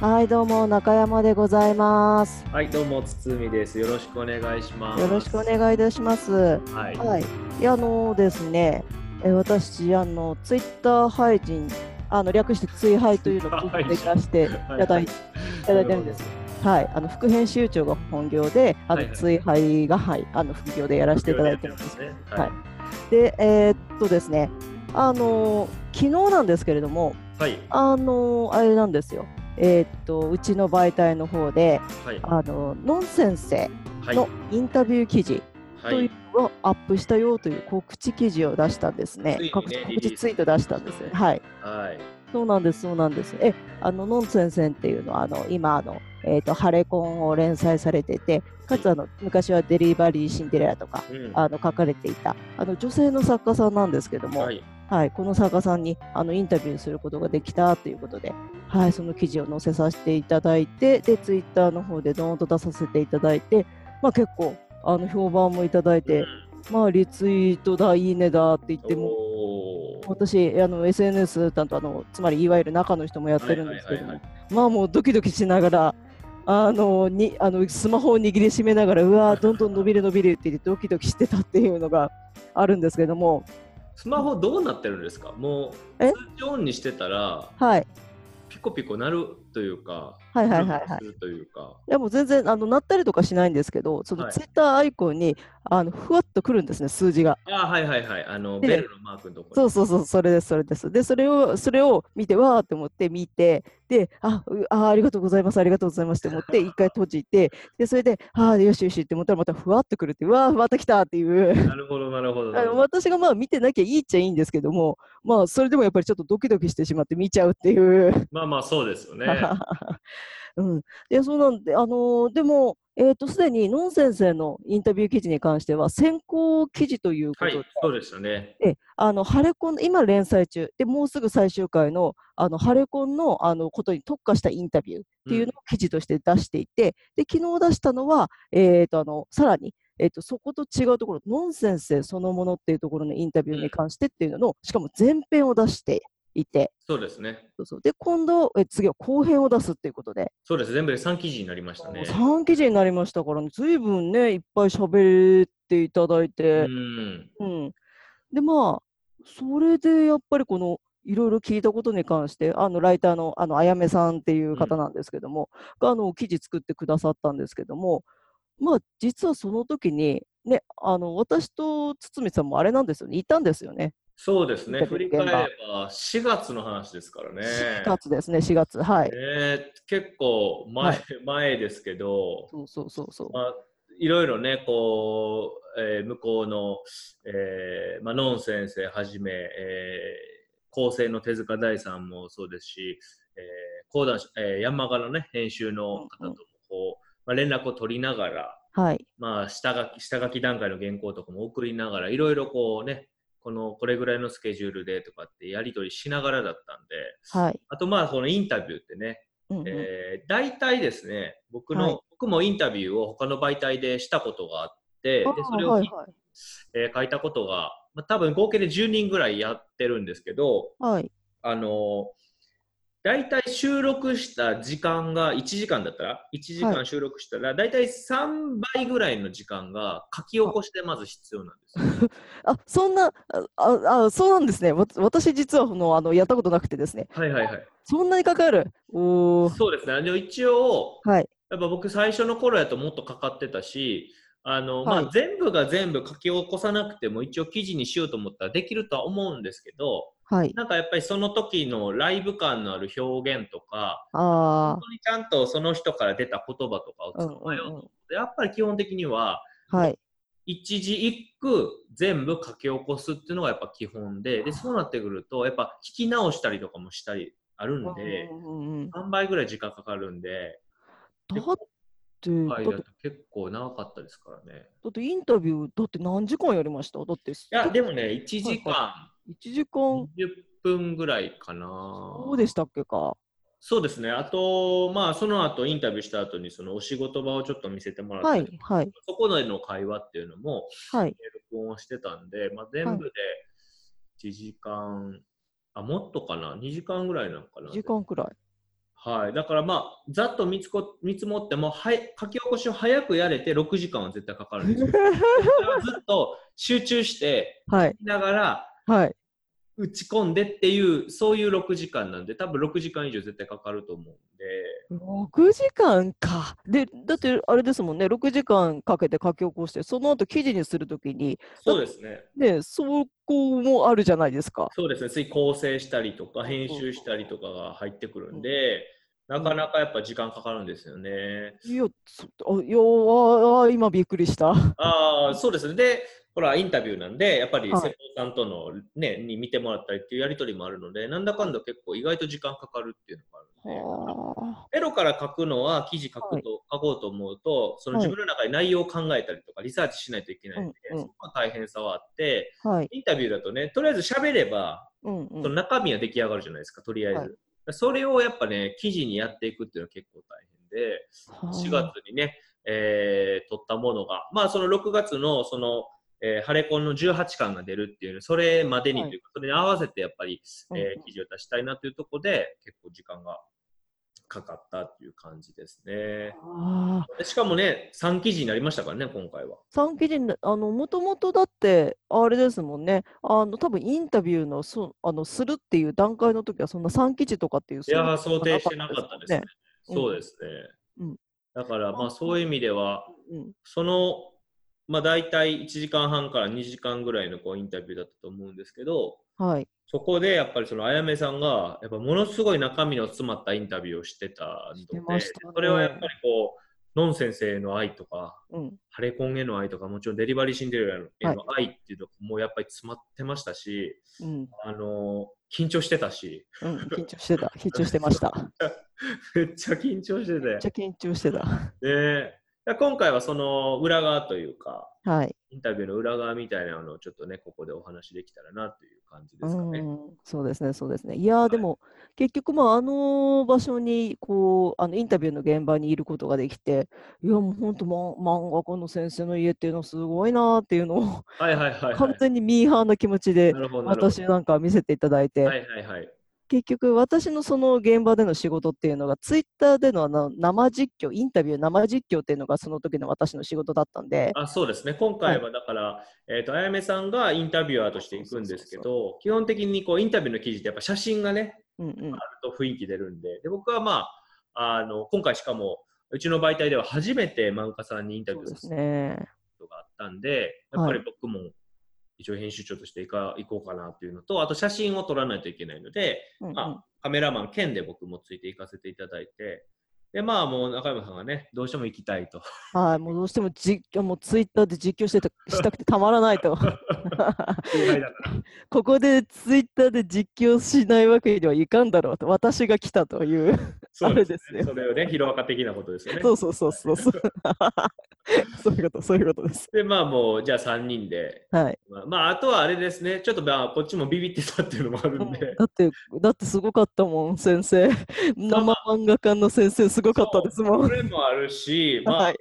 はい、どうも中山でございます。はい、どうも、つつみです。よろしくお願いします。よろしくお願いいたします。はい。はい、いやあのですね、え私あのツイッター配信あの略して追配というのをはい追加していただいていただいてるんです。はい、あの副編集長が本業で、あはいのはい追配がはいあの副業でやらせていただいてるんです。ね。はいで、えーっとですね、あの昨日なんですけれども、はい。あのあれなんですよ。えーっとうちの媒体の方で、はい。あのノン先生はい。のインタビュー記事はというい。のをアップしたよという告知記事を出したんですね。ついにね告知リリース告知ツイート出したんですよね。はい、はい。そうなんです、そうなんです。え、あのノン先生っていうのはあの今あのえっ、とハレコンを連載されてて、かつあの昔はデリバリーシンデレラとか。うん。あの書かれていたあの女性の作家さんなんですけども、ははいい。この作家さんにあのインタビューすることができたということで、はい、その記事を載せさせていただいてでツイッターの方でドーンと出させていただいて、まあ、結構あの評判もいただいて、まあ、リツイートだいいねだって言ってもおー私あの SNS 担当あのつまりいわゆる中の人もやってるんですけどはいもはまあもうドキドキしながらあのにあのスマホを握りしめながらうわーどんどん伸びる伸びるって言ってドキドキしてたっていうのがあるんですけどもスマホどうなってるんですかもう、え通常にしてたら、はいピコピコなるというか、はいはいはいなはんかいす。るというか、いやもう全然あの鳴ったりとかしないんですけど、そはのいツイッターアイコンにあのふわっとくるんですね、数字が。あーはいはいはい。あの、でベルのマークのとこそうろ。そうそう、それです、それです。で、それを、それを見て、わーって思って見て、で、あ、うあー、ありがとうございます、ありがとうございますって思って、一回閉じて、で、それで、あー、よしよしって思ったら、またふわっとくるって、うわー、また来たっていう。なるほど、なるほど。なあるのほど私がまあ見てなきゃいいっちゃいいんですけども、まあそれでもやっぱりちょっとドキドキしてしまって見ちゃうっていう。まあまあ、そうですよね。 うん、でそうなんで、あのーでも、えー、とすでにノン先生のインタビュー記事に関しては先行記事ということはで,、い、そうでしたね。であのハレコン今連載中でもうすぐ最終回のあのハレコンのあのことに特化したインタビューっていうのを記事として出していて、で昨日出したのは、えー、とあのさらに、えー、とそこと違うところノン先生そのものっていうところのインタビューに関してっていうのをしかも前編を出していてそうですね。そうそうで今度え次は後編を出すっていうことで。そうです。全部で3記事になりましたね。 3記事になりましたからね、ずいぶんね、いっぱい喋っていただいうて、ん。うんで、まあ、それでやっぱりこの、いろいろ聞いたことに関して、あのライターのあのあやめさんっていう方なんですけども、があの記事作ってくださったんですけども、まあ、実はその時に、ね、あの私と堤さんもあれなんですよね、いたんですよね、そうですね、見て振るり返れば4月の話ですからね。 4月ですね、4月、はい。ね結構前,、はい前ですけど、そうそうそうそう。まあ、いろいろね、こうえー向こうの、えーまあ、ノン先生はじめ、えー構成の手塚大さんもそうですし、えー講談社えー山賀の、ね、編集の方ともこう、まあ、連絡を取りながら、はい、まあ、下書き下書き段階の原稿とかも送りながらいろいろこうねこのこれぐらいのスケジュールでとかってやり取りしながらだったんではい。あとまあこのインタビューってね、うんうんえー大体ですね僕の、はい僕もインタビューを他の媒体でしたことがあってであーそれを、はいはいえー書いたことが、まあ、多分合計で10人ぐらいやってるんですけどはいあのー大体収録した時間が1時間だったら1時は間収録したら大体3倍ぐらいの時間が書き起こしでまず必要なんですよ。あ、そんな、あ、ああそうなんですね。わ私実はこのあのやったことなくてですね。はいはいはい。そんなにかかる。おーそうですね。でも一応、はい。やっぱ僕最初の頃やともっとかかってたし、あの、はいまあ全部が全部書き起こさなくても一応記事にしようと思ったらできるとは思うんですけど、はい。なんかやっぱりその時のライブ感のある表現とか、あ本当にちゃんとその人から出た言葉とかをあ。うん使うんえようと思っうん。て、やっぱり基本的には、はい。一字一句全部書き起こすっていうのがやっぱ基本ででそうなってくるとやっぱ聞き直したりとかもしたりあるんでうんうんうん3倍ぐらい時間かかるんでだって、だはいっだて、だと結構長かったですからねってインタビュー、だって何時間やりましただって、いいやでもね1時間1時間、 10分ぐらいかなそうでしたっけか。そうですねあとまあその後インタビューした後にそのお仕事場をちょっと見せてもらったはり、い、はい、そこでの会話っていうのもはい。録音をしてたんで、まあ、全部で1時間、あもっとかな2時間ぐらいなのかな1時間くらい。はい、だからまあざっと見つこ見積もってもはい書き起こしを早くやれて6時間は絶対かかるんです よ。だからずっと集中してはい、ながらはい。打ち込んでっていうそういう6時間なんで多分6時間以上絶対かかると思うんで6時間か。で、だってあれですもんね、6時間かけて書き起こして、その後記事にするときに、そうですねね、そこもあるじゃないですか。そうですねつい構成したりとか編集したりとかが入ってくるんでなかなかやっぱ時間かかるんですよね。いや、そあいやああ今びっくりした。ああそうですねでほらインタビューなんでやっぱりはい瀬戸さんとの、ね、に見てもらったりっていうやり取りもあるのでなんだかんだ結構意外と時間かかるっていうのがあるので。はゼロから書くのは記事書くと、書こうと思うとそのはい自分の中で内容を考えたりとかリサーチしないといけないんで、うんうんそこが大変さはあってあはい。インタビューだとねとりあえず喋ればうんうそのん。中身は出来上がるじゃないですかとりあえず、はいそれをやっぱね記事にやっていくっていうのは結構大変で4はあ。月にね、えー撮ったものがまあその6月のその、えーハレコンの18巻が出るっていうそれまでにというか、それに合わせてやっぱり、えうんうーん記事を出したいなというところで結構時間がかかったっていう感じですね。ああでしかもね3記事になりましたからね今回は。三記事にあのもともとだってあれですもんねあの多分インタビューのそあのするっていう段階の時はそんな三記事とかっていういそんやなー想定してなかったですね。うんそうですうね。んだからまあそういう意味ではうんその、まあ、大体1時間半から2時間ぐらいのこうインタビューだったと思うんですけどはいそこでやっぱりそのあやめさんがやっぱものすごい中身の詰まったインタビューをしてたしてのまでしたねそれはやっぱりこうのん先生の愛とかうんハレコンへの愛とかもちろんデリバリーシンデレラへの愛っていうのもやっぱり詰まってましたし、うんあの緊張してたし うん緊張してた緊張してましためっちゃ緊張してめっちゃて緊張してたで今回はその裏側というかはいインタビューの裏側みたいなのをちょっとね、ここでお話できたらなという感じでうすかね。んそうですねそうですねいやーでも結局まああの場所にこうあのインタビューの現場にいることができていやもう本当漫画家の先生の家っていうのはすごいなーっていうのをはいはいはい、は完い。全にミーハーな気持ちでなるほど、なるほ私ど。なんか見せていただいて、はいはいはい。結局私のその現場での仕事っていうのがツイッターでのあの生実況インタビュー生実況っていうのがその時の私の仕事だったんであそうですね、今回はだから、えっとあやめさんがインタビュアーとしていくんですけそど、基本的にこうインタビューの記事ってやっぱ写真がね、うんうんあると雰囲気出るんで、で僕はまああの、今回しかも、うちの媒体では初めて漫画家さんにインタビそュうーですするねことがあったんで、やっぱり僕も一応編集長としていか行こうかなっていうのと、あと写真を撮らないといけないので、うんうんまあ、カメラマン兼で僕もついて行かせていただいて、で、まあもう中山さんがね、どうしても行きたいと。はいもうどうしてもじもうツイッターで実況してたしたくてたまらない と 後輩だからここでツイッターで実況しないわけにはいかんだろうと私が来たという そあれですね。よそれをね、ヒロアカ的なことですよね。そうそうそうそうそう そういうことそういうことですで、まあもう、じゃあ3人で、はいまあ、まあ、あとはあれですね、ちょっとまあ、こっちもビビってたっていうのもあるんで、だって、だってすごかったもん、先生。生漫画家の先生、すごかったですもそん。れもある し、まあ、はい、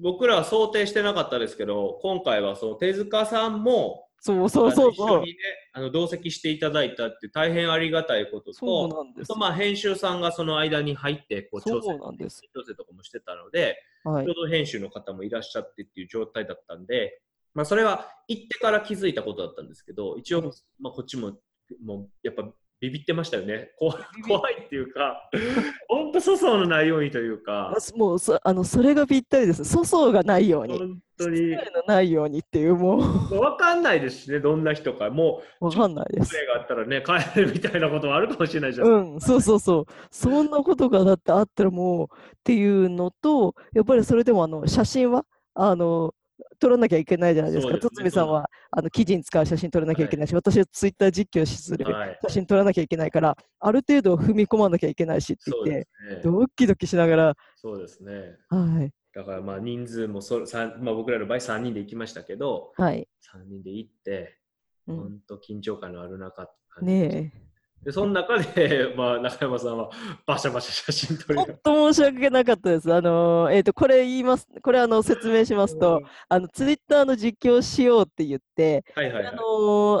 僕らは想定してなかったですけど、今回はその手塚さんも、そうそうそうあの一そ緒うに。ね、あの同席していただいたっていう大変ありがたいことと、そうなんですと。まあ編集さんがその間に入ってこう調整そうなんです調整とかもしてたので、はい共。同編集の方もいらっしゃってっていう状態だったんで、まあ、それは行ってから気づいたことだったんですけど一応、うんまあ、こっちももうやっぱビビってましたよね怖い怖いっていうか 本当粗相のないようにというかあすもうそあのそれがぴったりです。粗相がないように、本当失に礼のないようにっていう、 も分かんないですしねどんな人かもうわかんないうでプす。レーがあったらね帰るみたいなこともあるかもしれないじゃないですかうん、そうそうそう。そんなことがだってあったらもうっていうのと、やっぱりそれでもあの写真はあの撮らなきゃいけないじゃないですそうか。ですね堤さんはあの記事に使う写真撮らなきゃいけないし、私はツイッター実況するはい、写真撮らなきゃいけないから、ある程度踏み込まなきゃいけないしってそう言っでて、すねドキドキしながら、そうですねはい、だからまあ人数もそさん、まあ、僕らの場合3人で行きましたけどはい、 3人で行ってうほん、んと緊張感のある中って感じでしたねえ、で、その中で、 まあ、中山さんはバシャバシャ写真撮りちょなっと申し訳なかったです。あのーえっ、と、これ言います、これあの説明しますがらと、あのツイッターの実況しようって言って、はいはいはあい。の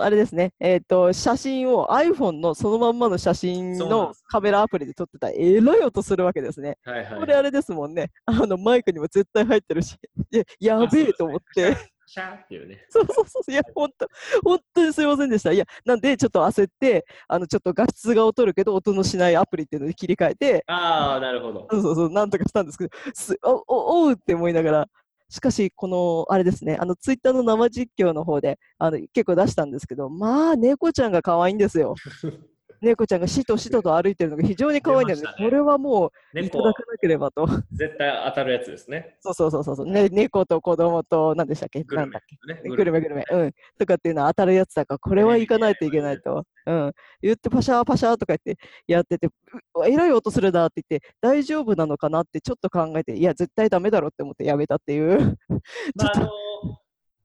ーあれですね、えっ、と、写真を iPhone のそのまんまの写真そうなんのですカメラアプリで撮ってたら、えらい音するわけですね。はいはい、これあれですもんね、あのマイクにも絶対入ってるし、でやべえと思って。 シャーっていうね。そうそうそう、いや、本当、本当にすいませんでした。いや、なんで、ちょっと焦って、あの、ちょっと画質が劣るけど、音のしないアプリっていうのに切り替えて、ああ、なるほど。そうそうそう、なんとかしたんですけど、すおおおうって思いながら、しかし、この、あれですね、あの、ツイッターの生実況の方で、あの、結構出したんですけど、まあ、猫ちゃんが可愛いんですよ。猫ちゃんがしとしとと歩いてるのが非常に可愛いんです出まねしたねこれはもう、いた猫だかなければと。絶対当たるやつですね。そうそうそうそうそう、ね。猫と子供と、何でしたっけグなルんメだっけね。グルメグルメ、うん、とかっていうのは当たるやつだから、これは行かないといけないと。うん、言って、パシャーパシャーとか言ってやってて、うえらい音するなって言って、大丈夫なのかなってちょっと考えて、いや、絶対ダメだろって思ってやめたっていう。 まあ、あの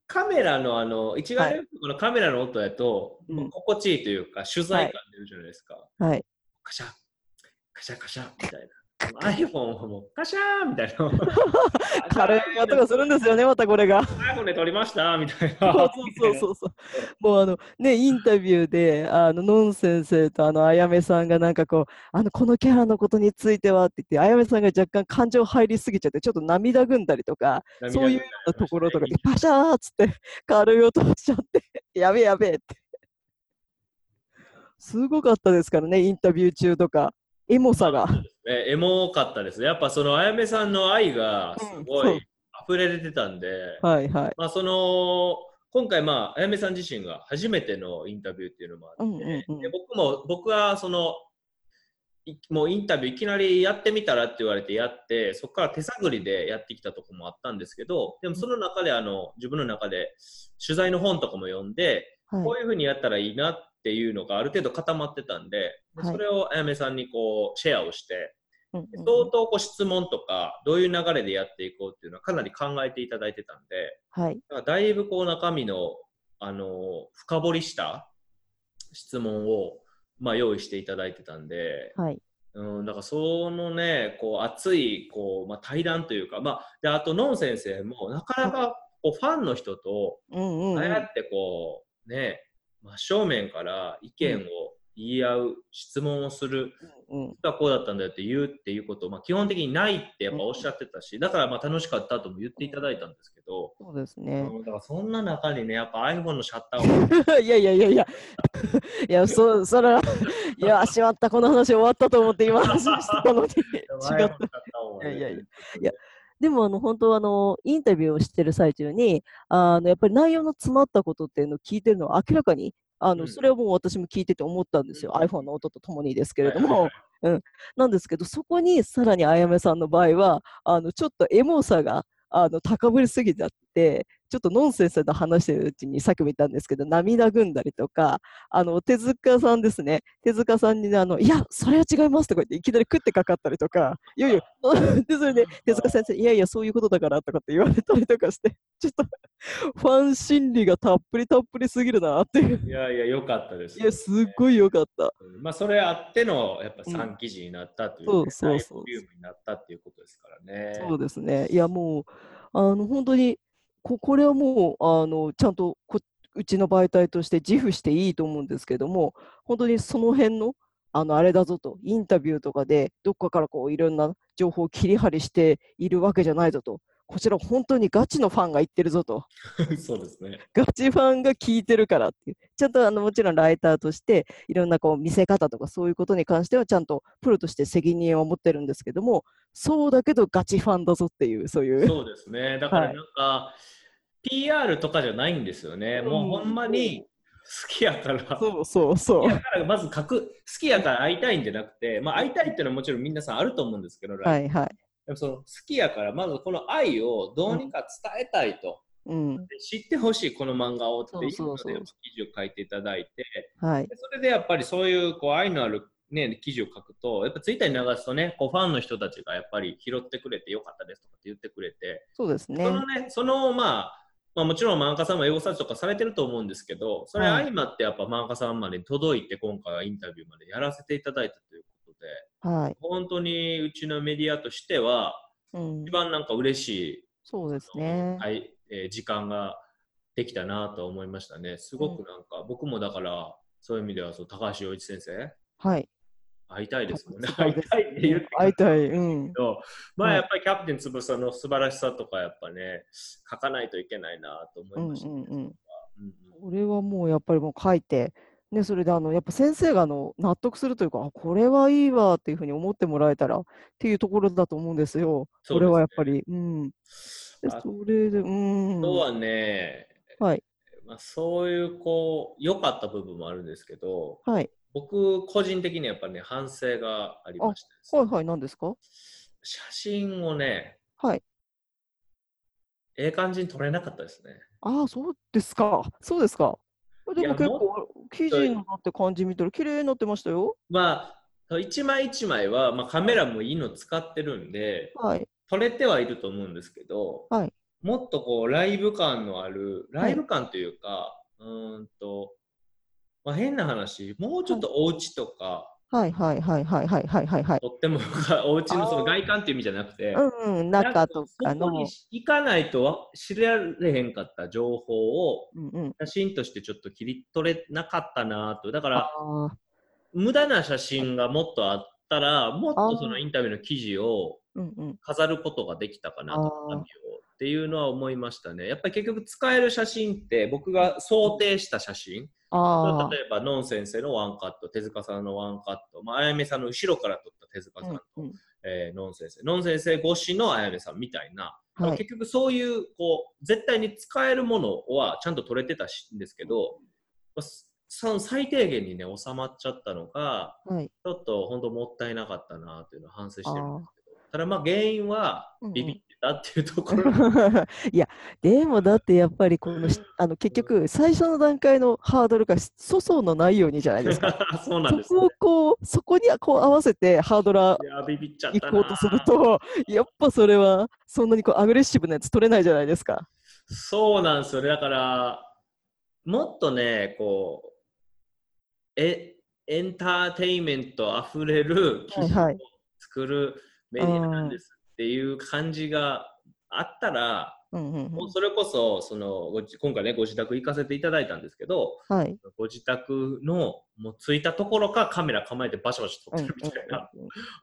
カメラのあの一概にはこのカメラの音やと、うん心地いいというか取材感出るじゃないですか、はい。カシャカシャカシャみたいな iPhone はもうカシャーみたいな 軽い音がするんですよね、またこれが。 iPhone で撮りましたみたいそなうそうそうそう。もうあの、ね、インタビューで、あの、のん先生とあの、あやめさんがなんかこう、あの、このキャラのことについてはって言って、あやめさんが若干感情入りすぎちゃって、ちょっと涙ぐんだりとか、涙そういうようなところとかで、パシャーっつって、軽い音しちゃって、 やべえやべえって。すごかったですからね、インタビュー中とか、エモさが。えエモかったですやっぱそのあやめさんの愛がすごうんそうい溢れ出てたんで、はいはい。まあその今回まああやめさん自身が初めてのインタビューっていうのもあって、うんうんうんで僕も僕はそのいもうインタビューいきなりやってみたらって言われてやってそこから手探りでやってきたとこもあったんですけどでもその中であの自分の中で取材の本とかも読んでこはういうふうにやったらいいなっていうのがある程度固まってたんでではいそれをあやめさんにこうシェアをしてい。うんうん相うん当こう質問とかどういう流れでやっていこうっていうのはかなり考えていただいてたんで。はい。だからだいぶこう中身の、あのー深掘りした質問を、まあ、用意していただいてたんで、はい。うん、だからそのねこう熱いこう、まあ、対談というか、まあ、であとのん先生もなかなかこうファンの人とうんうんあうあんやってこうね真正面から意見を言い合う質問をするうん。実はこうだったんだよって言うっていうことを、まあ、基本的にないってやっぱおっしゃってたしだからまあ楽しかったとも言っていただいたんですけど。そうですね。うんだからそんな中にね、やっぱ iPhone のシャッタ ーをいやいやいやいや。 いや、そ、そ ら、いや、しまった、この話終わったと思って今話してたのに。 違 iPhone のシャッった。ターをねいやいやいやいやでもあの本当あのインタビューをしてる最中にあのやっぱり内容の詰まったことっていうのを聞いてるのは明らかにあの、うんそれはもう私も聞いてて思ったんですよ、うん iPhone の音とともにですけはれいどはいも、はいなんですけどそこにさらにあやめさんの場合はあのちょっとエモさがあの高ぶりすぎちゃってちょっとノンセンスと話してるうちにさっきも言ったんですけど涙ぐんだりとかあの手塚さんですね手塚さんにねあの「いやそれは違います」とか言っていきなり食ってかかったりとか「いやいや」 でそれ で手塚先生「いやいやそういうことだから」とかって言われたりとかしてちょっとファン心理がたっぷりたっぷりすぎるなっていういやいや、良かったです。いやすっごい良かったうんまあ、それあっての、やっぱ3記事になったという、うんそうそうそう大ボリュームになったっていうことですからね。そうですねいやもうあの本当にここれはもうあのちゃんとこうちの媒体として自負していいと思うんですけども本当にその辺のあのあれだぞとインタビューとかでどっかからこういろんな情報を切り張りしているわけじゃないぞとこちら本当にガチのファンが言ってるぞと そうですね。ガチファンが聞いてるからっていうちゃんとあのもちろんライターとしていろんなこう見せ方とかそういうことに関してはちゃんとプロとして責任を持ってるんですけどもそうだけどガチファンだぞっていうそういう。そうですね。だからはないんか、PR とかじゃないんですよね。うんもうほんまに好きやから。好そうそうそきう。やからまず書く好きやから会いたいんじゃなくて、まあ、会いたいっていうのはもちろん皆さんあると思うんですけど、はいはい。でもその好きやからまずこの愛をどうにか伝えたいと、うん。で知ってほしいこの漫画をっていうそのうそうでそう記事を書いていただいてはいで。それでやっぱりそういうこう愛のある、ね、記事を書くとやっぱツイッターに流すとねこうファンの人たちがやっぱり拾ってくれてよかったですとかって言ってくれてそうですねそ。のねそのまあまあ、もちろん漫画家さんも英語サーチとかされてると思うんですけど、それはい相まってやっぱ漫画家さんまで届いて、今回はインタビューまでやらせていただいたということで、はい。本当にうちのメディアとしては、うん一、番なんか嬉しい、そうですね。はいえー時間ができたなと思いましたね。すごくなんか、僕もだから、そういう意味ではそう高橋洋一先生、はい。会いたいですもんね。そ会ういですたいって言ってくれ会いたたい。うんけ。ど、まあはいやっぱりキャプテン翼の素晴らしさとか、やっぱね、書かないといけないなと思ういんうましたね。んうん。うんうんこれはもうやっぱりもう書いて、ね、それであのやっぱ先生があの納得するというか、あこれはいいわっていうふうに思ってもらえたらっていうところだと思うんですよ。そこうですねれはやっぱり。うん。であそれで、うん。あとはね、はいまあ、そういうこう良かった部分もあるんですけどはい。僕個人的にやっぱね反省がありましてですね、はいはい、何ですか写真をねはい。ええ感じに撮れなかったですねああ、そうですか。 そうですか。でいやも結もっ構、記事になって感じ見たら、綺麗になってましたよ。まあ一枚一枚は、まあ、カメラもいいの使ってるんではい。撮れてはいると思うんですけど、はいもっとこうライブ感のあるはラいイブ感というか、うーんと、まあ、変な話もうちょっとお家とか、はいはいはいはいはいはいはいはい。とってもお家のその外観っていう意味じゃなくて、うんうん、なん中とかそこのに。行かないとわ知られへんかった情報をうんうん。写真としてちょっと切り取れなかったなとだかあらあ、無駄な写真がもっとあったらもっあとーそのインタビューの記事をうんうん。飾ることができたかなとあーインタビューをっていうのは思いましたねやっぱり結局使える写真って僕が想定した写真ああ、例えばのん先生のワンカット手塚さんのワンカット、まああやめさんの後ろから撮った手塚さんとうんうん。えー、ノン先生、ノン先生越しのあやめさんみたいな、はい。結局そういうこう絶対に使えるものはちゃんと取れてたしんですけど、まあすさ最低限にね収まっちゃったのがはい。ちょっと本当もったいなかったなというのは反省してるんあですけどただまあ原因はうんうんビビってたっていうところ、あ。 いや、でもだってやっぱりこのし、あの結局、最初の段階のハードルが粗相のないようにじゃないですか。 そうなんですそこをこう、そこにこう合わせてハードルーいやビビっちゃっ行たなこうとすると、 やっぱそれは、そんなにこうアグレッシブなやつ取れないじゃないですか。そうなんですよね。だから、もっとね、こう、え、エンターテインメントあふれる記事はいはをい作るメディアなんですっていう感じがあったら、うんうんもうそれこそ、その、ごじ今回ね、ご自宅行かせていただいたんですけど、うん、はい。ご自宅の、もう着いたところからカメラ構えてバシャバシャ撮ってるみたいな。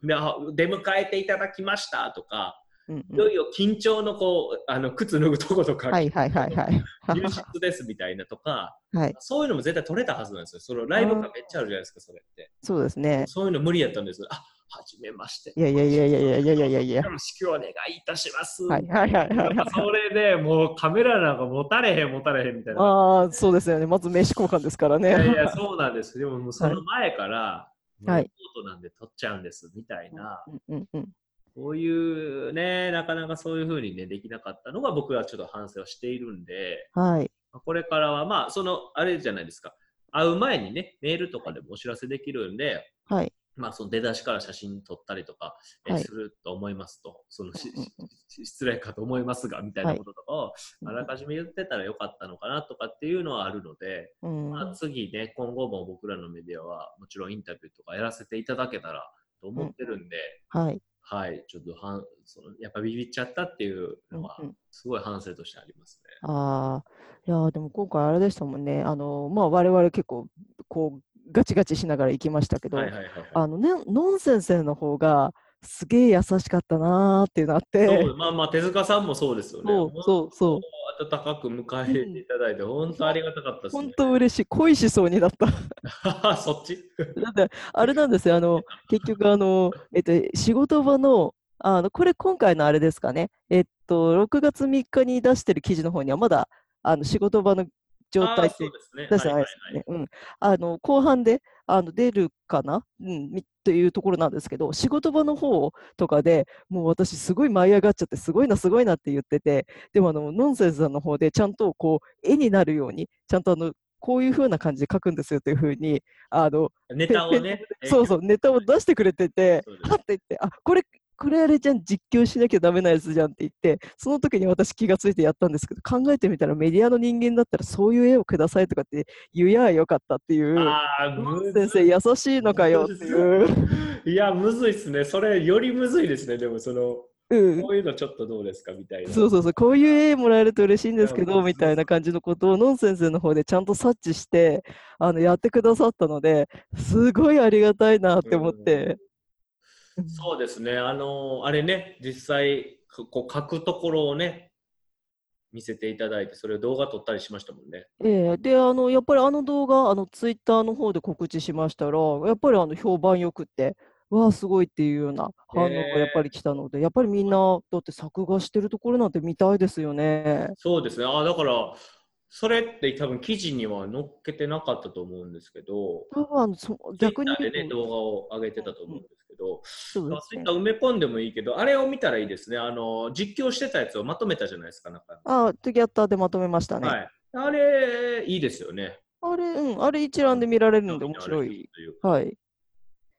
であ、出迎えていただきましたとか、うんうんいよいよ緊張のこう、あの、靴脱ぐとことか、はいはいはいはい。流出ですみたいなとか、はい、そういうのも絶対取れたはずなんですよ。そのライブ感めっちゃあるじゃないですか、それって。 そうですね。そういうの無理やったんです。あ、はじめまして。いやいやいやいやいやいやいやいやいやよ。ろしくお願いいたします。はいはいはいはいやっ はぱい。それでもうカメラなんか持たれへん持たれへんみたいな。ああ、そうですよね。まず名刺交換ですからいね。やいや、そうなんです。でももうその前から、はいもうリポートなんで撮っちゃうんですみたいな、うんうんうんこういうね、なかなかそういうふうにね、できなかったのが僕はちょっと反省をしているんで、はい。まあこれからは、まあ、その、あれじゃないですか。会う前にね、メールとかでもお知らせできるんで、はい。まあ、その出だしから写真撮ったりとか、えーはいすると思いますと、そのしうんうんし失礼かと思いますが、みたいなこととかを、あらかじめ言ってたらよかったのかなとかっていうのはあるので、うんまあ、次ね、今後も僕らのメディアは、もちろんインタビューとかやらせていただけたらと思ってるんで、はい。はい、ちょっとはんその、やっぱビビっちゃったっていうのはうんうん、すごい反省としてありますね。ああ、いやーでも今回あれでしたもんね。あの、まあ我々結構、こう、ガチガチしながら行きましたけど、はいはいはい、はい。あのね、ノン先生の方がすげえ優しかったなーっていうのあってそ、うまあまあ手塚さんもそうですよね。そうそうそう、本当温かく迎え入れていただいて、本当ありがたかったですね。本当嬉しい、恋しそうにな った。そっちだって、あれなんですよ、あ の、結局、あの、えっと、仕事場の、あの、これ今回のあれですかね、えっと、6月3日に出してる記事の方には、まだ、あの、仕事場の 状あ態ーっそてうですね。出してはないはいいですよね。うん。あの、後半で、あの、出るかなうん、みというところなんですけど、仕事場の方とかでもう私すごい舞い上がっちゃって、すごいな、すごいなって言ってて、でもあの、ノンセンスさんの方でちゃんとこう、絵になるように、ちゃんとあの、こういう風な感じで書くんですよという風に、あの、ネタをね。。そうそうう、ネタを出してくれててそうで、すはって言って、あ、これクレアレちゃん実況しなきゃダメなやつじゃんって言って、その時に私気がついてやったんですけど、考えてみたらメディアの人間だったらそういう絵をくださいとかって言やあよかったっていう、ああ、むず先生優しいのかよっていう。いや、むずいっすね。それ、よりむずいですね。でも、その、うんこういうのちょっとどうですかみたいな。そうそうそう、こういう絵もらえると嬉しいんですけいやど、もうみたいな感じのことを、ノン先生の方でちゃんと察知して、あの、やってくださったので、すごいありがたいなって思って。そうですね。あの、あれね、実際、ここう書くところをね、見せていただいて、それを動画撮ったりしましたもんね。ええで、あの、やっぱりあの動画、あの、ツイッターの方で告知しましたら、やっぱりあの、評判良くて、わあ、すごいっていうような反応がやっぱり来たので、やっぱりみんな、だって作画してるところなんて見たいですよね。そうですね。ああ、だから、それって多分記事には載っけてなかったと思うんですけど、多分あの、そ逆に Twitter で言ね、うと、動画を上げてたと思うんですけど、そうですツイねッター埋め込んでもいいけど、あれを見たらいいですね。あの、実況してたやつをまとめたじゃないですか、なんか。あ、トゥギャッターでまとめましたね。はい。あれ、いいですよね。あれ、うん、あれ一覧で見られるので面白い。というかはい。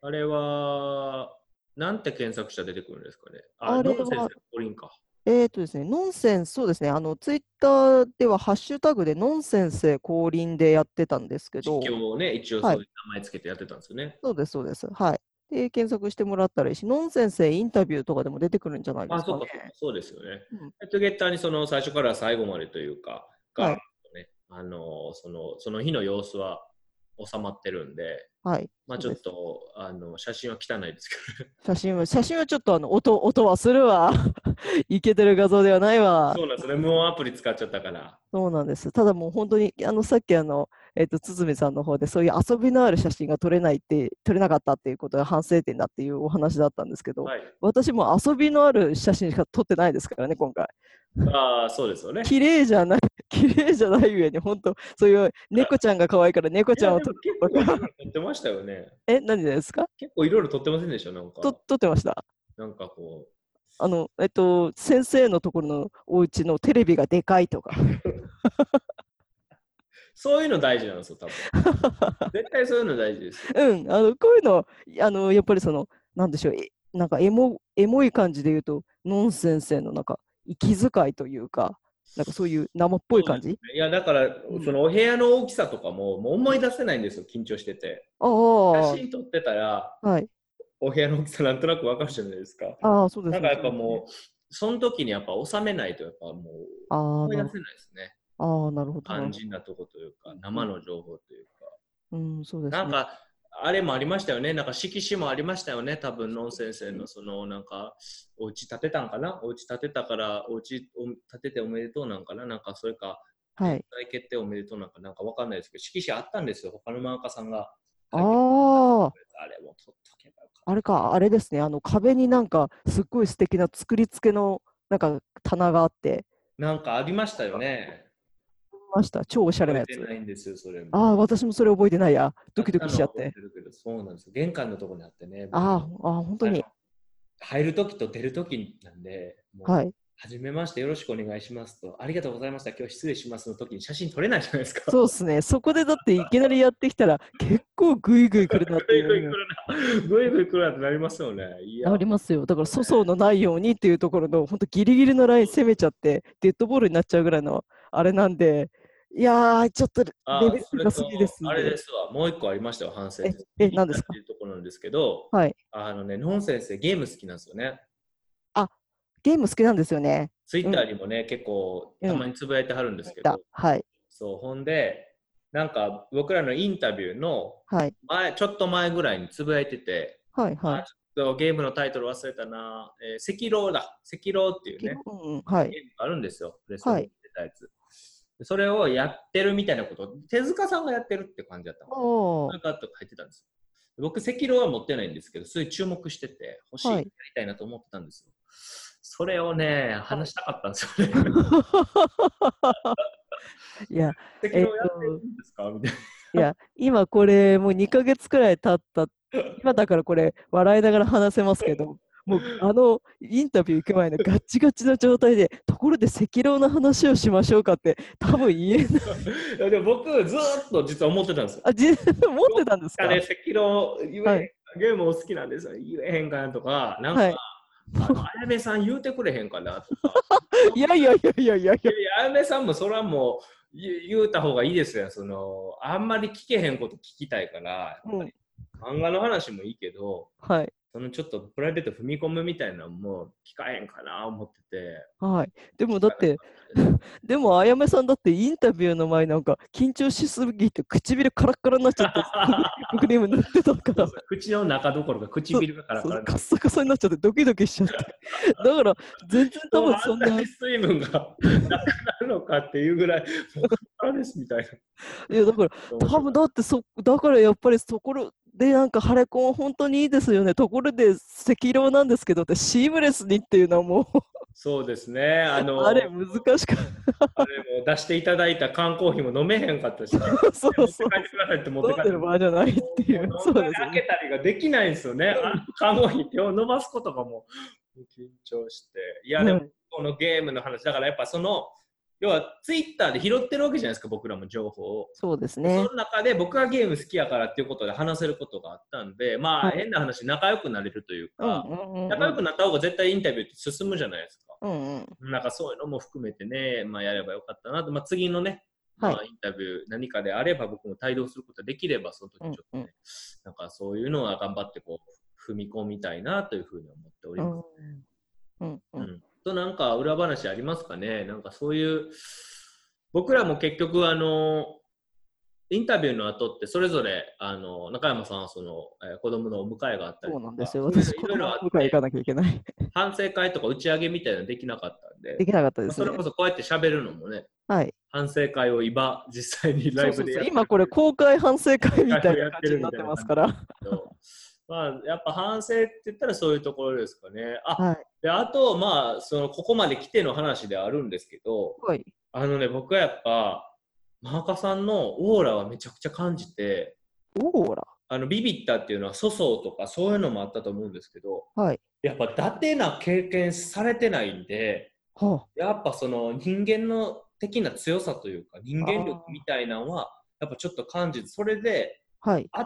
あれは、なんて検索したら出てくるんですかね。あ、あれはノンセンスポリンか。えーとですね、ノンセンス、そうですね、あの、ツイッターではハッシュタグでノンセンス降臨でやってたんですけ実ど、況をね、一応そうはいいう名前つけてやってたんですよね。そうです、そうです。はい。で、検索してもらったらいいし、ノンセンスインタビューとかでも出てくるんじゃないであ、すそかうかね。、そうですよねうん。ヘッドゲッターにその最初から最後までというか、はが、いね、あの、その、その日の様子は収まってるんで、はい。まあちそうょでっすと、あの、写真は汚いですけ写真は、写真はちょっとあの、音、音はするわ。 いけてる画像ではないど、わ。そうなんですね。もうアプリ使っちゃったから。そうなんです。ただもう本当に、あの、さっきあの、えっと、堤さんの方で、そういう遊びのある写真が撮れないって、撮れなかったっていうことが反省点だっていうお話だったんですけど、はい。私も遊びのある写真しか撮ってないですからね、今 回。ああ、そうですよね。綺麗じゃない、綺麗じゃない上に、本当そういう猫ちゃんが可愛いから猫ちゃんを撮る。いやでも結構いろいろ撮ってましたよね。え、何ですか結構いろいろ撮ってませんでしたなんか。と撮ってました。なんかこう。あの、えっと、先生のところのお家のテレビがでかいとか。そういうの大事なんですよ、多分。絶対 そういうの大事ですよ。うん、あの、こういうの、あの、やっぱりその、なんでしょう、えなんかエモ、エモい感じで言うと、ノン先生のなんか、息遣いというか、なんかそういう生っぽい感じいや、だから、んそのお部屋の大きさとかももう思い出せないんですよ、緊張してて。ああ写ー、真撮ってたら、はい。お部屋の大きさなんとなくわかるじゃないですか。ああ、そうですだね。からやっぱもう、その時にやっぱ収めないと、やっぱもう、ああ思いな出せるないですね。ああ、なるほど。なるほ肝ど心なとこというか、生の情報というか。うん、そうですね。なんか、あれもありましたよね。なんか色紙もありましたよね。多分、ノン先生のその、なんか、お家建てたんかなお家建てたから、お家を建てておめでとうなんかななんか、それか、はい。大決定おめでとうなんか、なんかわかんないですけど、色紙あったんですよ。他の漫画家さんが。ああれも取っとけばよかあ、あれか、あれですね。あの壁になんかすっごい素敵な作り付けのなんか棚があって、った。なんかありましたよね。ました。超おしゃれなや覚えてつ。ないんですよ、それも。ああ、私もそれ覚えてないや。ドキドキしちゃっ。あってたのは覚えるけどそうなんですよ。玄関のところにあってね。あもうーあー、本当に。あの入るときと出るときなんで、もうはい。はじめまして、よろしくお願いしますと、ありがとうございました、今日失礼しますの時に写真撮れないじゃないですか。そうですね。そこでだっていきなりやってきたら結構グイグイ来るなってぐいいぐい来う。るな、ぐいぐい来るなってなりますよね。いやありますよ。だから粗相のないようにっていうところの、本当ギリギリのライン攻めちゃって、デッドボールになっちゃうぐらいのあれなんで、いやー、ちょっとレあベルがすぎですそれね。とあれですわ、もう一個ありましたよ、反省です。ええ何ですかっていうところなんですけど、はいあのね、ノン先生、ゲーム好きなんですよね。ゲーム好きなんですよね。ツイッターにもね、結構たまにつぶやいてはるんですけど、だはい。そう、ほんで、なんか僕らのインタビューのはい。前、ちょっと前ぐらいにつぶやいてて、はい。はい。そうゲームのタイトル忘れたな、えー、赤狼だ、赤狼っていうね、うんうん、はい。ゲームがあるんですよ、プレステはでい出たやつ。それをやってるみたいなこと、手塚さんがやってるって感じだったの。おーなんかあと入ってたんですよ。僕、赤狼は持ってないんですけど、すごい注目してて、欲しい、はいやりたいなと思ってたんですよ。それをね、話したかったんですよね。赤いや、狼やってるんですかみたい今これもう2ヶ月くらい経った、今だからこれ笑いながら話せますけど、もうあのインタビュー行く前のガッチガチの状態で、ところで赤狼の話をしましょうかって多分言えない。な。いやでも僕、ずーっと実は思ってたんですよ。あ、じ持ってたんですかあれ、赤狼、言えへんはいゲームお好きなんですよ。言えへんかなとか、なんか、はいあの綾部さん言うてくれへんかなと か。いやいやいやいやいやいいややいや、綾部さんもそれはもう言う言うた方がいいですよ。そのあんまり聞けへんこと聞きたいから、うん漫画の話もいいけど、はいそのちょっとプライベート踏み込むみたいなのも聞かへんかな思ってて。はいでもだってでもあやめさんだってインタビューの前なんか緊張しすぎて唇カラッカラになっちゃってリップクリーム塗ってたから口の中どころか唇がからそかうらカッサカサになっちゃってドキドキしちゃってだから全然多分そんなに水分がなくなるのかっていうぐらい、もう空ですみたいいやだからな。多分だってそだからやっぱりそころでなんかハレコンは本当にいいですよねところで赤色なんですけどってシームレスにっていうのはもそうですね。あうの、あれ難しかっあれも出していただいた缶コーヒーも飲めへんかったし、たそう持そっうて帰ってくださいって持って飲帰んでってる場合じゃないっていう もそう飲でんだりす開けねたりができないんですよ ね。あの缶コーヒー手を伸ばすことがもう緊張して。いや、でも、うんこのゲームの話、だからやっぱその、要はツイッターで拾ってるわけじゃないですか、僕らも情報を。そうですそねの中で僕がゲーム好きやからっていうことで話せることがあったんで、まあはい変な話、仲良くなれるといううんか、うんうん仲良くなった方が絶対インタビューって進むじゃないですか。うんうんなんかそういうのも含めてね、まあやればよかったなと、まあ次のね、はいまあインタビュー何かであれば僕も帯同することができれば、その時ちょっとね、うんうんなんかそういうのは頑張ってこう、踏み込みたいなというふうに思っております。うんううんんとなんか裏話ありますかねなんかそういう僕らも結局あのインタビューの後ってそれぞれあの中山さんはその、えー子供のお迎えがあったりそとうかなんですよそういう私のい子ろ供いろのあっ向かいて行かなきゃいけない反省会とか打ち上げみたいなのできなかったんでできなかったまであすそねれこそこうやって喋るのもねはい反省会を今実際にそライうそブうでそやうって今これ公開反省会みたいやっなて感るじみになたいってなますからけどまあやっぱ反省って言ったらそういうところですかねあ、はいであとまあそのここまで来ての話ではあるんですけどはいあのね、僕はやっぱ、マーカさんのオーラはめちゃくちゃ感じて、オーラあの、ビビったっていうのは、粗相とかそういうのもあったと思うんですけど、はいやっぱ、伊達な経験されてないんで、はやっぱその人間の的な強さというか、人間力みたいなのは、やっぱちょっと感じて、それで、あはい圧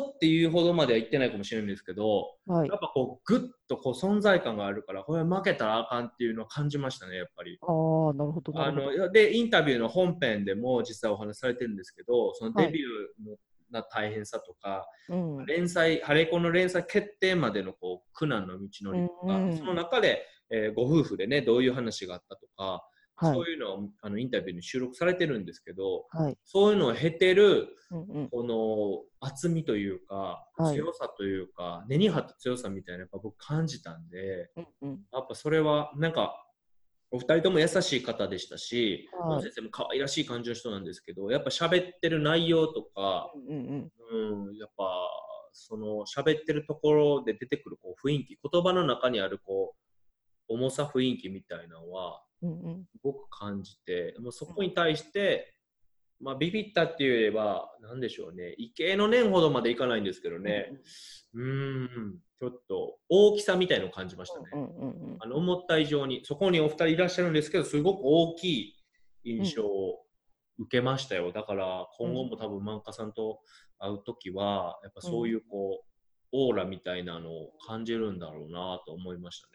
倒っていうほどまでは言ってないかもしれないんですけど、はいやっぱこう、ぐっとこう存在感があるから、これ負けたらあかんっていうのは感じましたね、やっぱり。ああなるほどなあるほどのいやでインタビューの本編でも実際お話しされてるんですけどそのはいデビューの、な大変さとかうん連載ハレコの連載決定までのこう苦難の道のりとか、うんうんその中で、えーご夫婦でねどういう話があったとか、はいそういうのをあのインタビューに収録されてるんですけどはい。そういうのを経てるうんうん。この厚みというか、はい強さというか根に張った強さみたいなのやっぱ僕感じたんで。うんうん。やっぱそれはなんかお二人とも優しい方でしたし、はい先生も可愛らしい感じの人なんですけどやっぱ喋ってる内容とか、うんうん。うん、やっぱその喋ってるところで出てくるこう雰囲気言葉の中にあるこう重さ雰囲気みたいなのはうんうん。すごく感じてもうそこに対して、まあ、ビビったって言えば何でしょうね畏敬の念ほどまでいかないんですけどね、うんちょっと大きさみたいのを感じましたね。うんうんうん。あの思った以上にそこにお二人いらっしゃるんですけどすごく大きい印象を受けましたよ、だから今後も多分漫画さんと会う時はやっぱそういうこう、オーラみたいなのを感じるんだろうなと思いました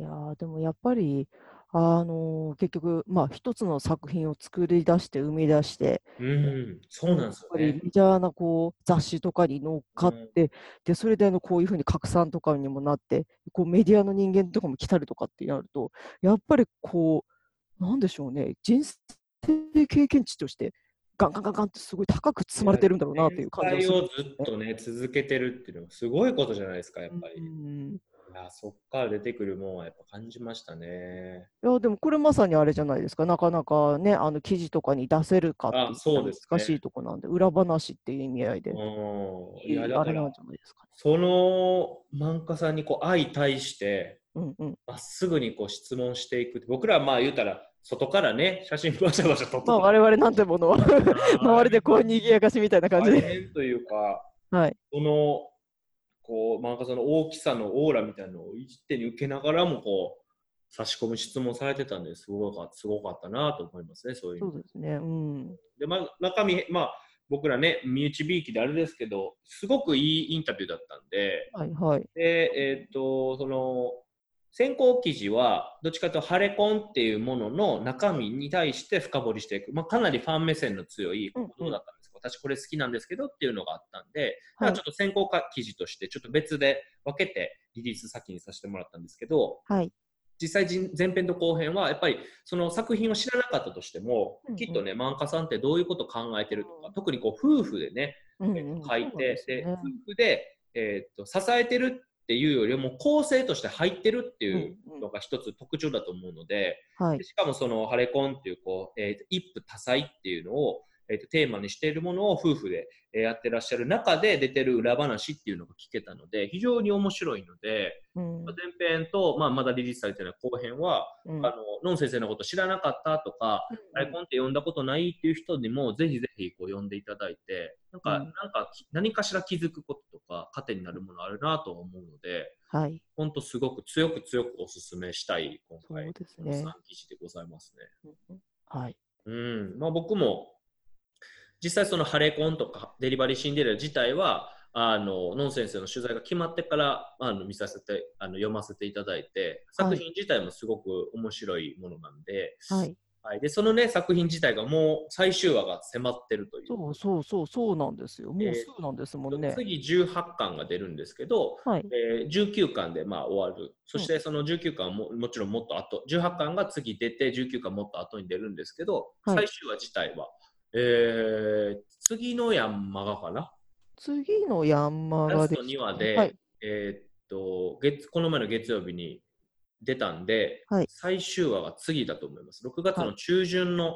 いやーでもやっぱり、あのー結局、まあ、一つの作品を作り出して、生み出して、ね。うん、そうなんですやっぱよりね。メジャーなこう雑誌とかに乗っかって、で、それであのこういうふうに拡散とかにもなって、こうメディアの人間とかも来たりとかってなると、やっぱりこう、なんでしょうね、人生経験値として、ガンガンガンガンってすごい高く積まれてるんだろうなっていう感じがす連る。載をずっとね続けてるっていうのはすごいことじゃないですかやっぱり。いうんやそっから出てくるもんはやっぱ感じましたね。いやでもこれまさにあれじゃないですか、なかなかね、あの記事とかに出せるかってあ言ったそうらですね難しいとこなんで、裏話っていう意味合いで、うん。いいいやあれだなんじゃからないですかね。その漫画さんにこう相対してうんうん、まっすぐにこう質問していく僕らはまあ言うたら外からね写真バシャバシャ撮ってまあ我々なんてものは周りでこうに賑やかしみたいな感じで、変というかはい、そのこう漫画さんの大きさのオーラみたいなのを一手に受けながらもこう差し込む質問されてたんですごかすごかったなと思いますねそういう意そ味うですね、うん、で、まあ、中身まあ僕らね身内びいきであれですけどすごくいいインタビューだったんではいはい、で、えーっと、その、先行記事は、どっちかというと、ハレコンっていうものの中身に対して深掘りしていく。まあ、かなりファン目線の強い、うんこうんこどうだったんですか、私これ好きなんですけどっていうのがあったんで、はいまあちょっと先行記事として、ちょっと別で分けてリリース先にさせてもらったんですけど、はい。実際人前編と後編はやっぱりその作品を知らなかったとしても、うんうんきっとね漫画さんってどういうことを考えてるとか、特にこう夫婦でね、うんえっと書いて、でそうなんですよね夫婦で、えっと支えてるっていうよりも構成として入ってるっていうのが一つ特徴だと思うので、はいで。しかもそのハレコンっていうこう、えーと一夫多妻っていうのを、えーとテーマにしているものを夫婦でえーやってらっしゃる中で出てる裏話っていうのが聞けたので非常に面白いのでうんまあ前編と、まあ、まだリリースされてない後編は、うんあのノン先生のこと知らなかったとか、ハレコンって呼んだことないっていう人にもぜひぜひこう呼んでいただいてなんか、うんなんかき何かしら気づくこととか糧になるものあるなと思うのではい。本当すごく強く強くおすすめしたい今そ回うですのね3。記事でございますね。はい。うん、まあ僕も実際そのハレコンとかデリバリーシンデレラ自体はあのノン先生の取材が決まってからあの見させてあの読ませていただいてはい作品自体もすごく面白いものなんで,、はい。はいでそのね作品自体がもう最終話が迫ってるというそうそうそうそうなんですよ。もえうーすぐなんですもんね。次18巻が出るんですけど、はい。えー19巻でまあ終わるそしてその19巻はももちろんもっと後18巻が次出て19巻もっと後に出るんですけど、はい最終話自体は、えー次の山がかな、次のヤンマがラスト2話ではい。えーっと月この前の月曜日に出たんで、はい最終話が次だと思います6月の中旬の、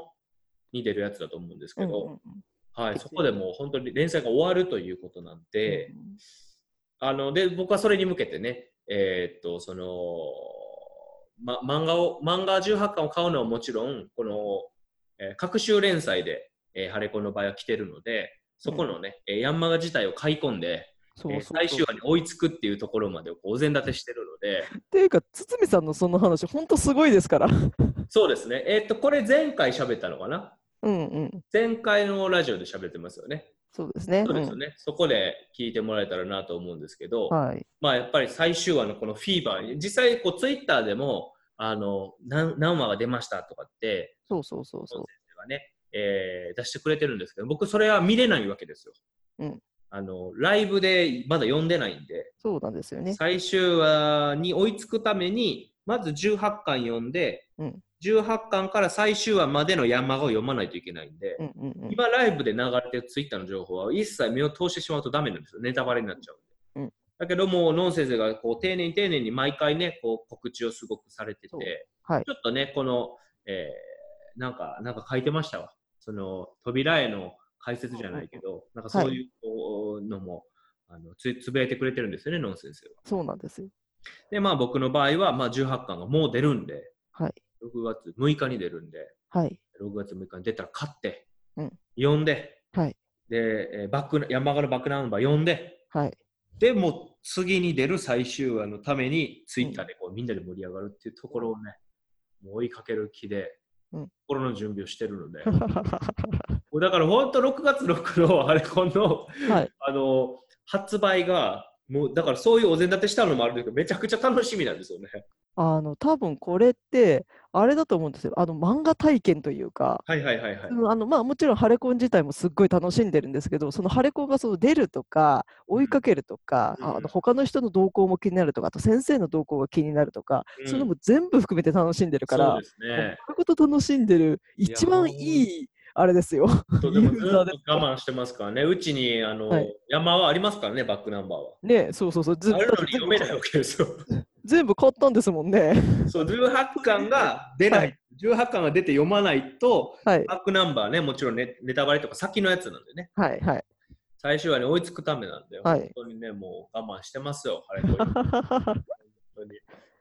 に出るやつだと思うんですけうんど、うんうんはい、そこでもう本当に連載が終わるということなんで、うんあので僕はそれに向けてね、えーっとそのま、漫画を漫画18巻を買うのはもちろんこの、えー、各週連載で、えーハレコの場合は来てるのでそこのね、えーヤンマガ自体を買い込んで、そえーうそう最終そう。話に追いつくっていうところまでをこうお膳立てしてるので っていうか、堤さんのその話、本当すごいですから。そうですねえーっとこれ前回喋ったのかなうんうん。前回のラジオで喋ってますよねそうですね。そうですよんね、そこで聞いてもらえたらなと思うんですけど、はい。まあ、やっぱり最終話のこのフィーバーに実際こうツイッターでもあの何何話が出ましたとかってそうそうそうそね、えー出してくれてるんですけど僕それは見れないわけですよ。うんあのライブでまだ読んでないんでう。そうなんですよね。最終話に追いつくためにまず18巻読んで、うん18巻から最終話までの山を読まないといけないんで、うんうんうん。今ライブで流れてるツイッターの情報は一切目を通してしまうとダメなんですよ。ネタバレになっちゃうんで。うんだけども、ノン先生がこう丁寧に丁寧に毎回ね、こう告知をすごくされてそうて、はいちょっとね、この、えーなんか、なんか書いてましたわ。その、扉への解説じゃないけど、なんかそういうこうのも、あのつつぶやいてくれてるんですよね、ノン先生は。そうなんですよ。で、まあ僕の場合は、まあ18巻がもう出るんで、はい。 6月6日に出るんで、はい。 6月6日に出たら勝って、うん読んで、はいで、えーバック山形のバックナンバー読んで、 はい。でもう次に出る最終話のためにツイッターでこう、みんなで盛り上がるっていうところをね、もう追いかける気で、うん心の準備をしてるので、もうだから本当6月6のあれこの、はいあの発売が、もうだからそういうお膳立てしたのもあるんだけど、めちゃくちゃ楽しみなんですよね。あの多分これってあれだと思うんですよ。あの漫画体験というか、はいはいはいはい。うんあのまあもちろんハレコン自体もすっごい楽しんでるんですけど、そのハレコンがその出るとか追いかけるとか、うんあの他の人の動向も気になるとか、あと先生の動向が気になるとか、うんそういうのも全部含めて楽しんでるから、そうですね。丸ごと楽しんでるいや一番いいあれですよ。 そうでもユずーっザーとです我慢してますからね、うちにあの、はい山はありますからね、バックナンバーは。ね、そうそうそう、ずあるのに読めだなっいてわけですよ。 全部買ったんですもんね。そう、18巻が出ない、は18巻が出て読まないと、はいバックナンバーね、もちろんネネタバレとか先のやつなんでね、はいはい。 最終話に追いつくためなんで、はい本当にね、もう我慢してますよ、あれこれ本当に。い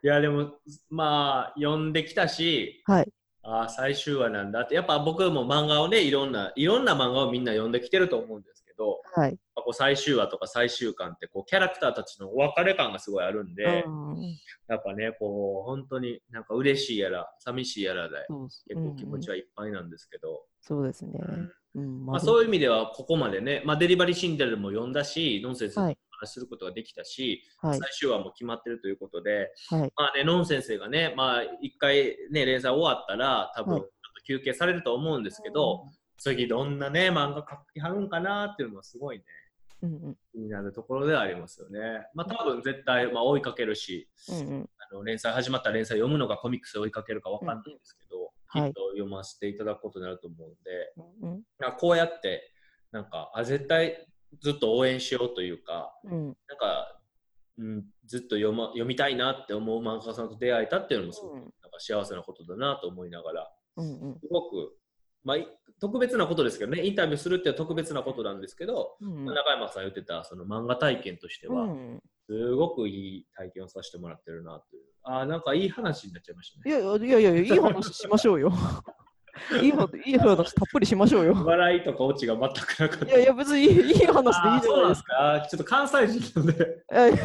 や、でも、まあ、読んできたし、はいあー最終話なんだって、やっぱ僕も漫画をね、いろんな、いろんな漫画をみんな読んできてると思うんですけど、 はい。やっぱこう最終話とか最終巻ってこうキャラクターたちのお別れ感がすごいあるんで、うんやっぱねこう本当になんか嬉しいやら寂しいやらでそう結構気持ちうんうんはいっぱいなんですけど、そうですね。うんうん、までもあ、そういう意味ではここまでね、まあ、デリバリーシンデレラも読んだしノンセンスのはい話話することができたし、はい最終話も決まってるということで、はいまあね、ノン先生がね、まあ、一回ね、連載終わったら、多分、はいちょっと休憩されると思うんですけど、次どんなね、漫画描きはるんかなっていうのもすごいね、うんうん気になるところではありますよね。まあ、多分絶対、まあ、追いかけるし、うんうんあの連載始まったら連載読むのがコミックスを追いかけるかわかんないんですけど、うんはきっいと読ませていただくことになると思うんで、うんなんかこうやってなんかあ絶対ずっと応援しようというかうんうんなんか、うん、ずっと読,、ま、読みたいなって思う漫画家さんと出会えたっていうのもすごくなんか幸せなことだなと思いながらうんうんすごく、まあ、い特別なことですけどねインタビューするって特別なことなんですけど、うんうん中山さん言ってたその漫画体験としては、うんすごくいい体験をさせてもらってるなというあーなんかいい話になっちゃいましたいね。やいやいやいやいい話しましょう よ。いい話いい話たっぷりしましょうよ。笑いとかオチが全くなかった。いやいや別 にいいいい話でいあいじゃーそうなでないんですすか。ちょっと関西人なんで。か。いや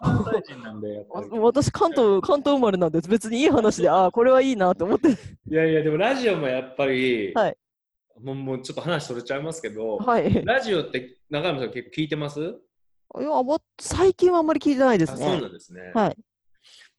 関西人なんで、やっぱりわ私関東関東生まれなんで別にいい話でああこれはいいなと思って。いやいや、でもラジオもやっぱり、はいもうもうちょっと話それちゃいますけど、はい。いラジオって中山さん結構聞いてますやわ最近はあんまり聞いてないであすそうなね。んですね。はい。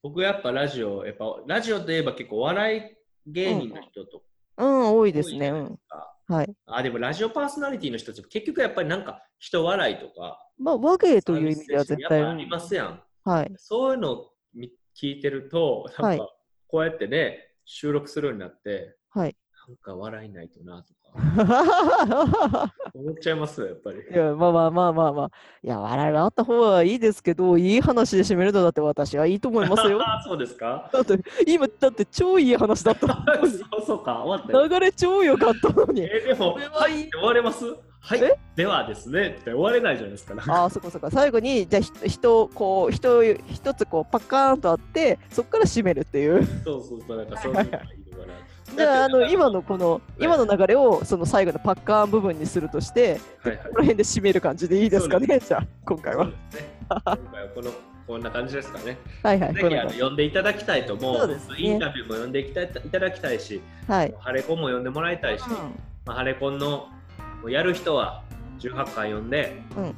僕やっぱラジオ、やっぱラジオといえば結構笑い芸人の人とか、うん多い多でいすじね。ゃうないん。かはい。あ、でもラジオパーソナリティの人たちも結局やっぱりなんか人笑いとか、まあ和芸という意味では絶対。やっぱありますやん。はい。そういうのをみ聞いてると、なはんいかこうやってね、収録するようになって、はい。なんか笑えないとなとか思っちゃいますよ、やっぱり。 いやまあまあまあまあまあ。いや笑いはあった方がいいですけどいい話で締めるのだって私はいいと思い ますよ。あそうですかだって今だって超いい話だ ったのそうそうか、終わったよ。流れ超良かったのにえーでも、これははいいいって終われますはいえ、ではですねって終われないじゃないですか。なんかああそこそこ最後にじゃあひ人をこう人を一つこうパカーンとあってそこから締めるっていうそうそうそう、なんかそういうのがいいのかな。じ ゃああのだって今のこの今の流れをその最後のパカーン部分にするとしてはいはいこの辺で締める感じでいいですかねじゃあ今回はそうですね今回はこのこんな感じですかね。はいはいぜこんひなあの感じ呼んでいただきたいと思う。そうですねインタビューも呼んでいきたいいただきたいし、はい、ハレコンも呼んでもらいたいし、まあ、ハレコンのもうやる人は18回呼んで、うん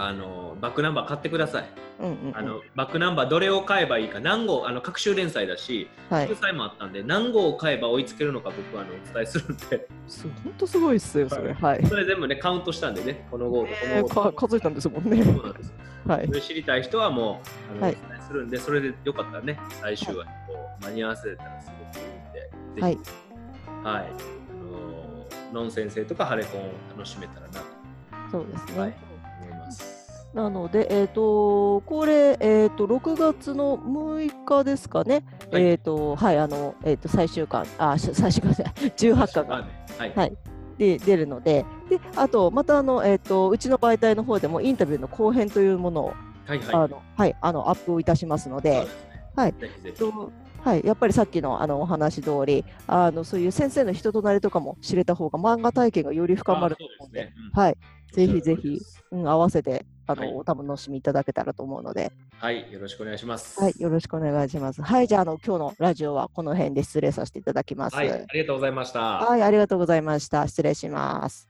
あのバックナンバー買ってください。うんうんうんあのバックナンバーどれを買えばいいか何号あの各週連載だしはい救済もあったんで何号を買えば追いつけるのか僕はあのお伝えするんで そう本当すごいっすよそれはい、それ全部ねカウントしたんでねこの号とこえのー、号か数えたんですもんねそうなんですはいそれ知りたい人はもうあの、はいお伝えするんでそれでよかったらね最終話にこう間に合わせたらすごくいいんでぜひはい、あのーノン先生とかハレコンを楽しめたらなとそうですね、はい思います。なので、えー、とこれ、えー、と6月の6日ですかね、はいえっ、と、はい、あの、えっ、と、最終巻、あ、し最終巻じゃない、18巻があはい、はいで出るので、で、あと、また、あの、えっ、と、うちの媒体の方でもインタビューの後編というものを、はい、はい、あの、はい、あの、アップをいたしますのそうでで、すねはいぜひえぜっひ。とはい、やっぱりさっきのあのお話通り、あの、そういう先生の人となりとかも知れた方が、漫画体験がより深まると思うので、あそうですねうんはい、ぜひおっしゃぜる通りひで、すうん、合わせて、あの、はいお楽しみいただけたらと思うので、はい、よろしくお願いします。はい、よろしくお願いします。はい、じゃあ、あの、今日のラジオはこの辺で失礼させていただきます。はい、ありがとうございました。はい、ありがとうございました。失礼します。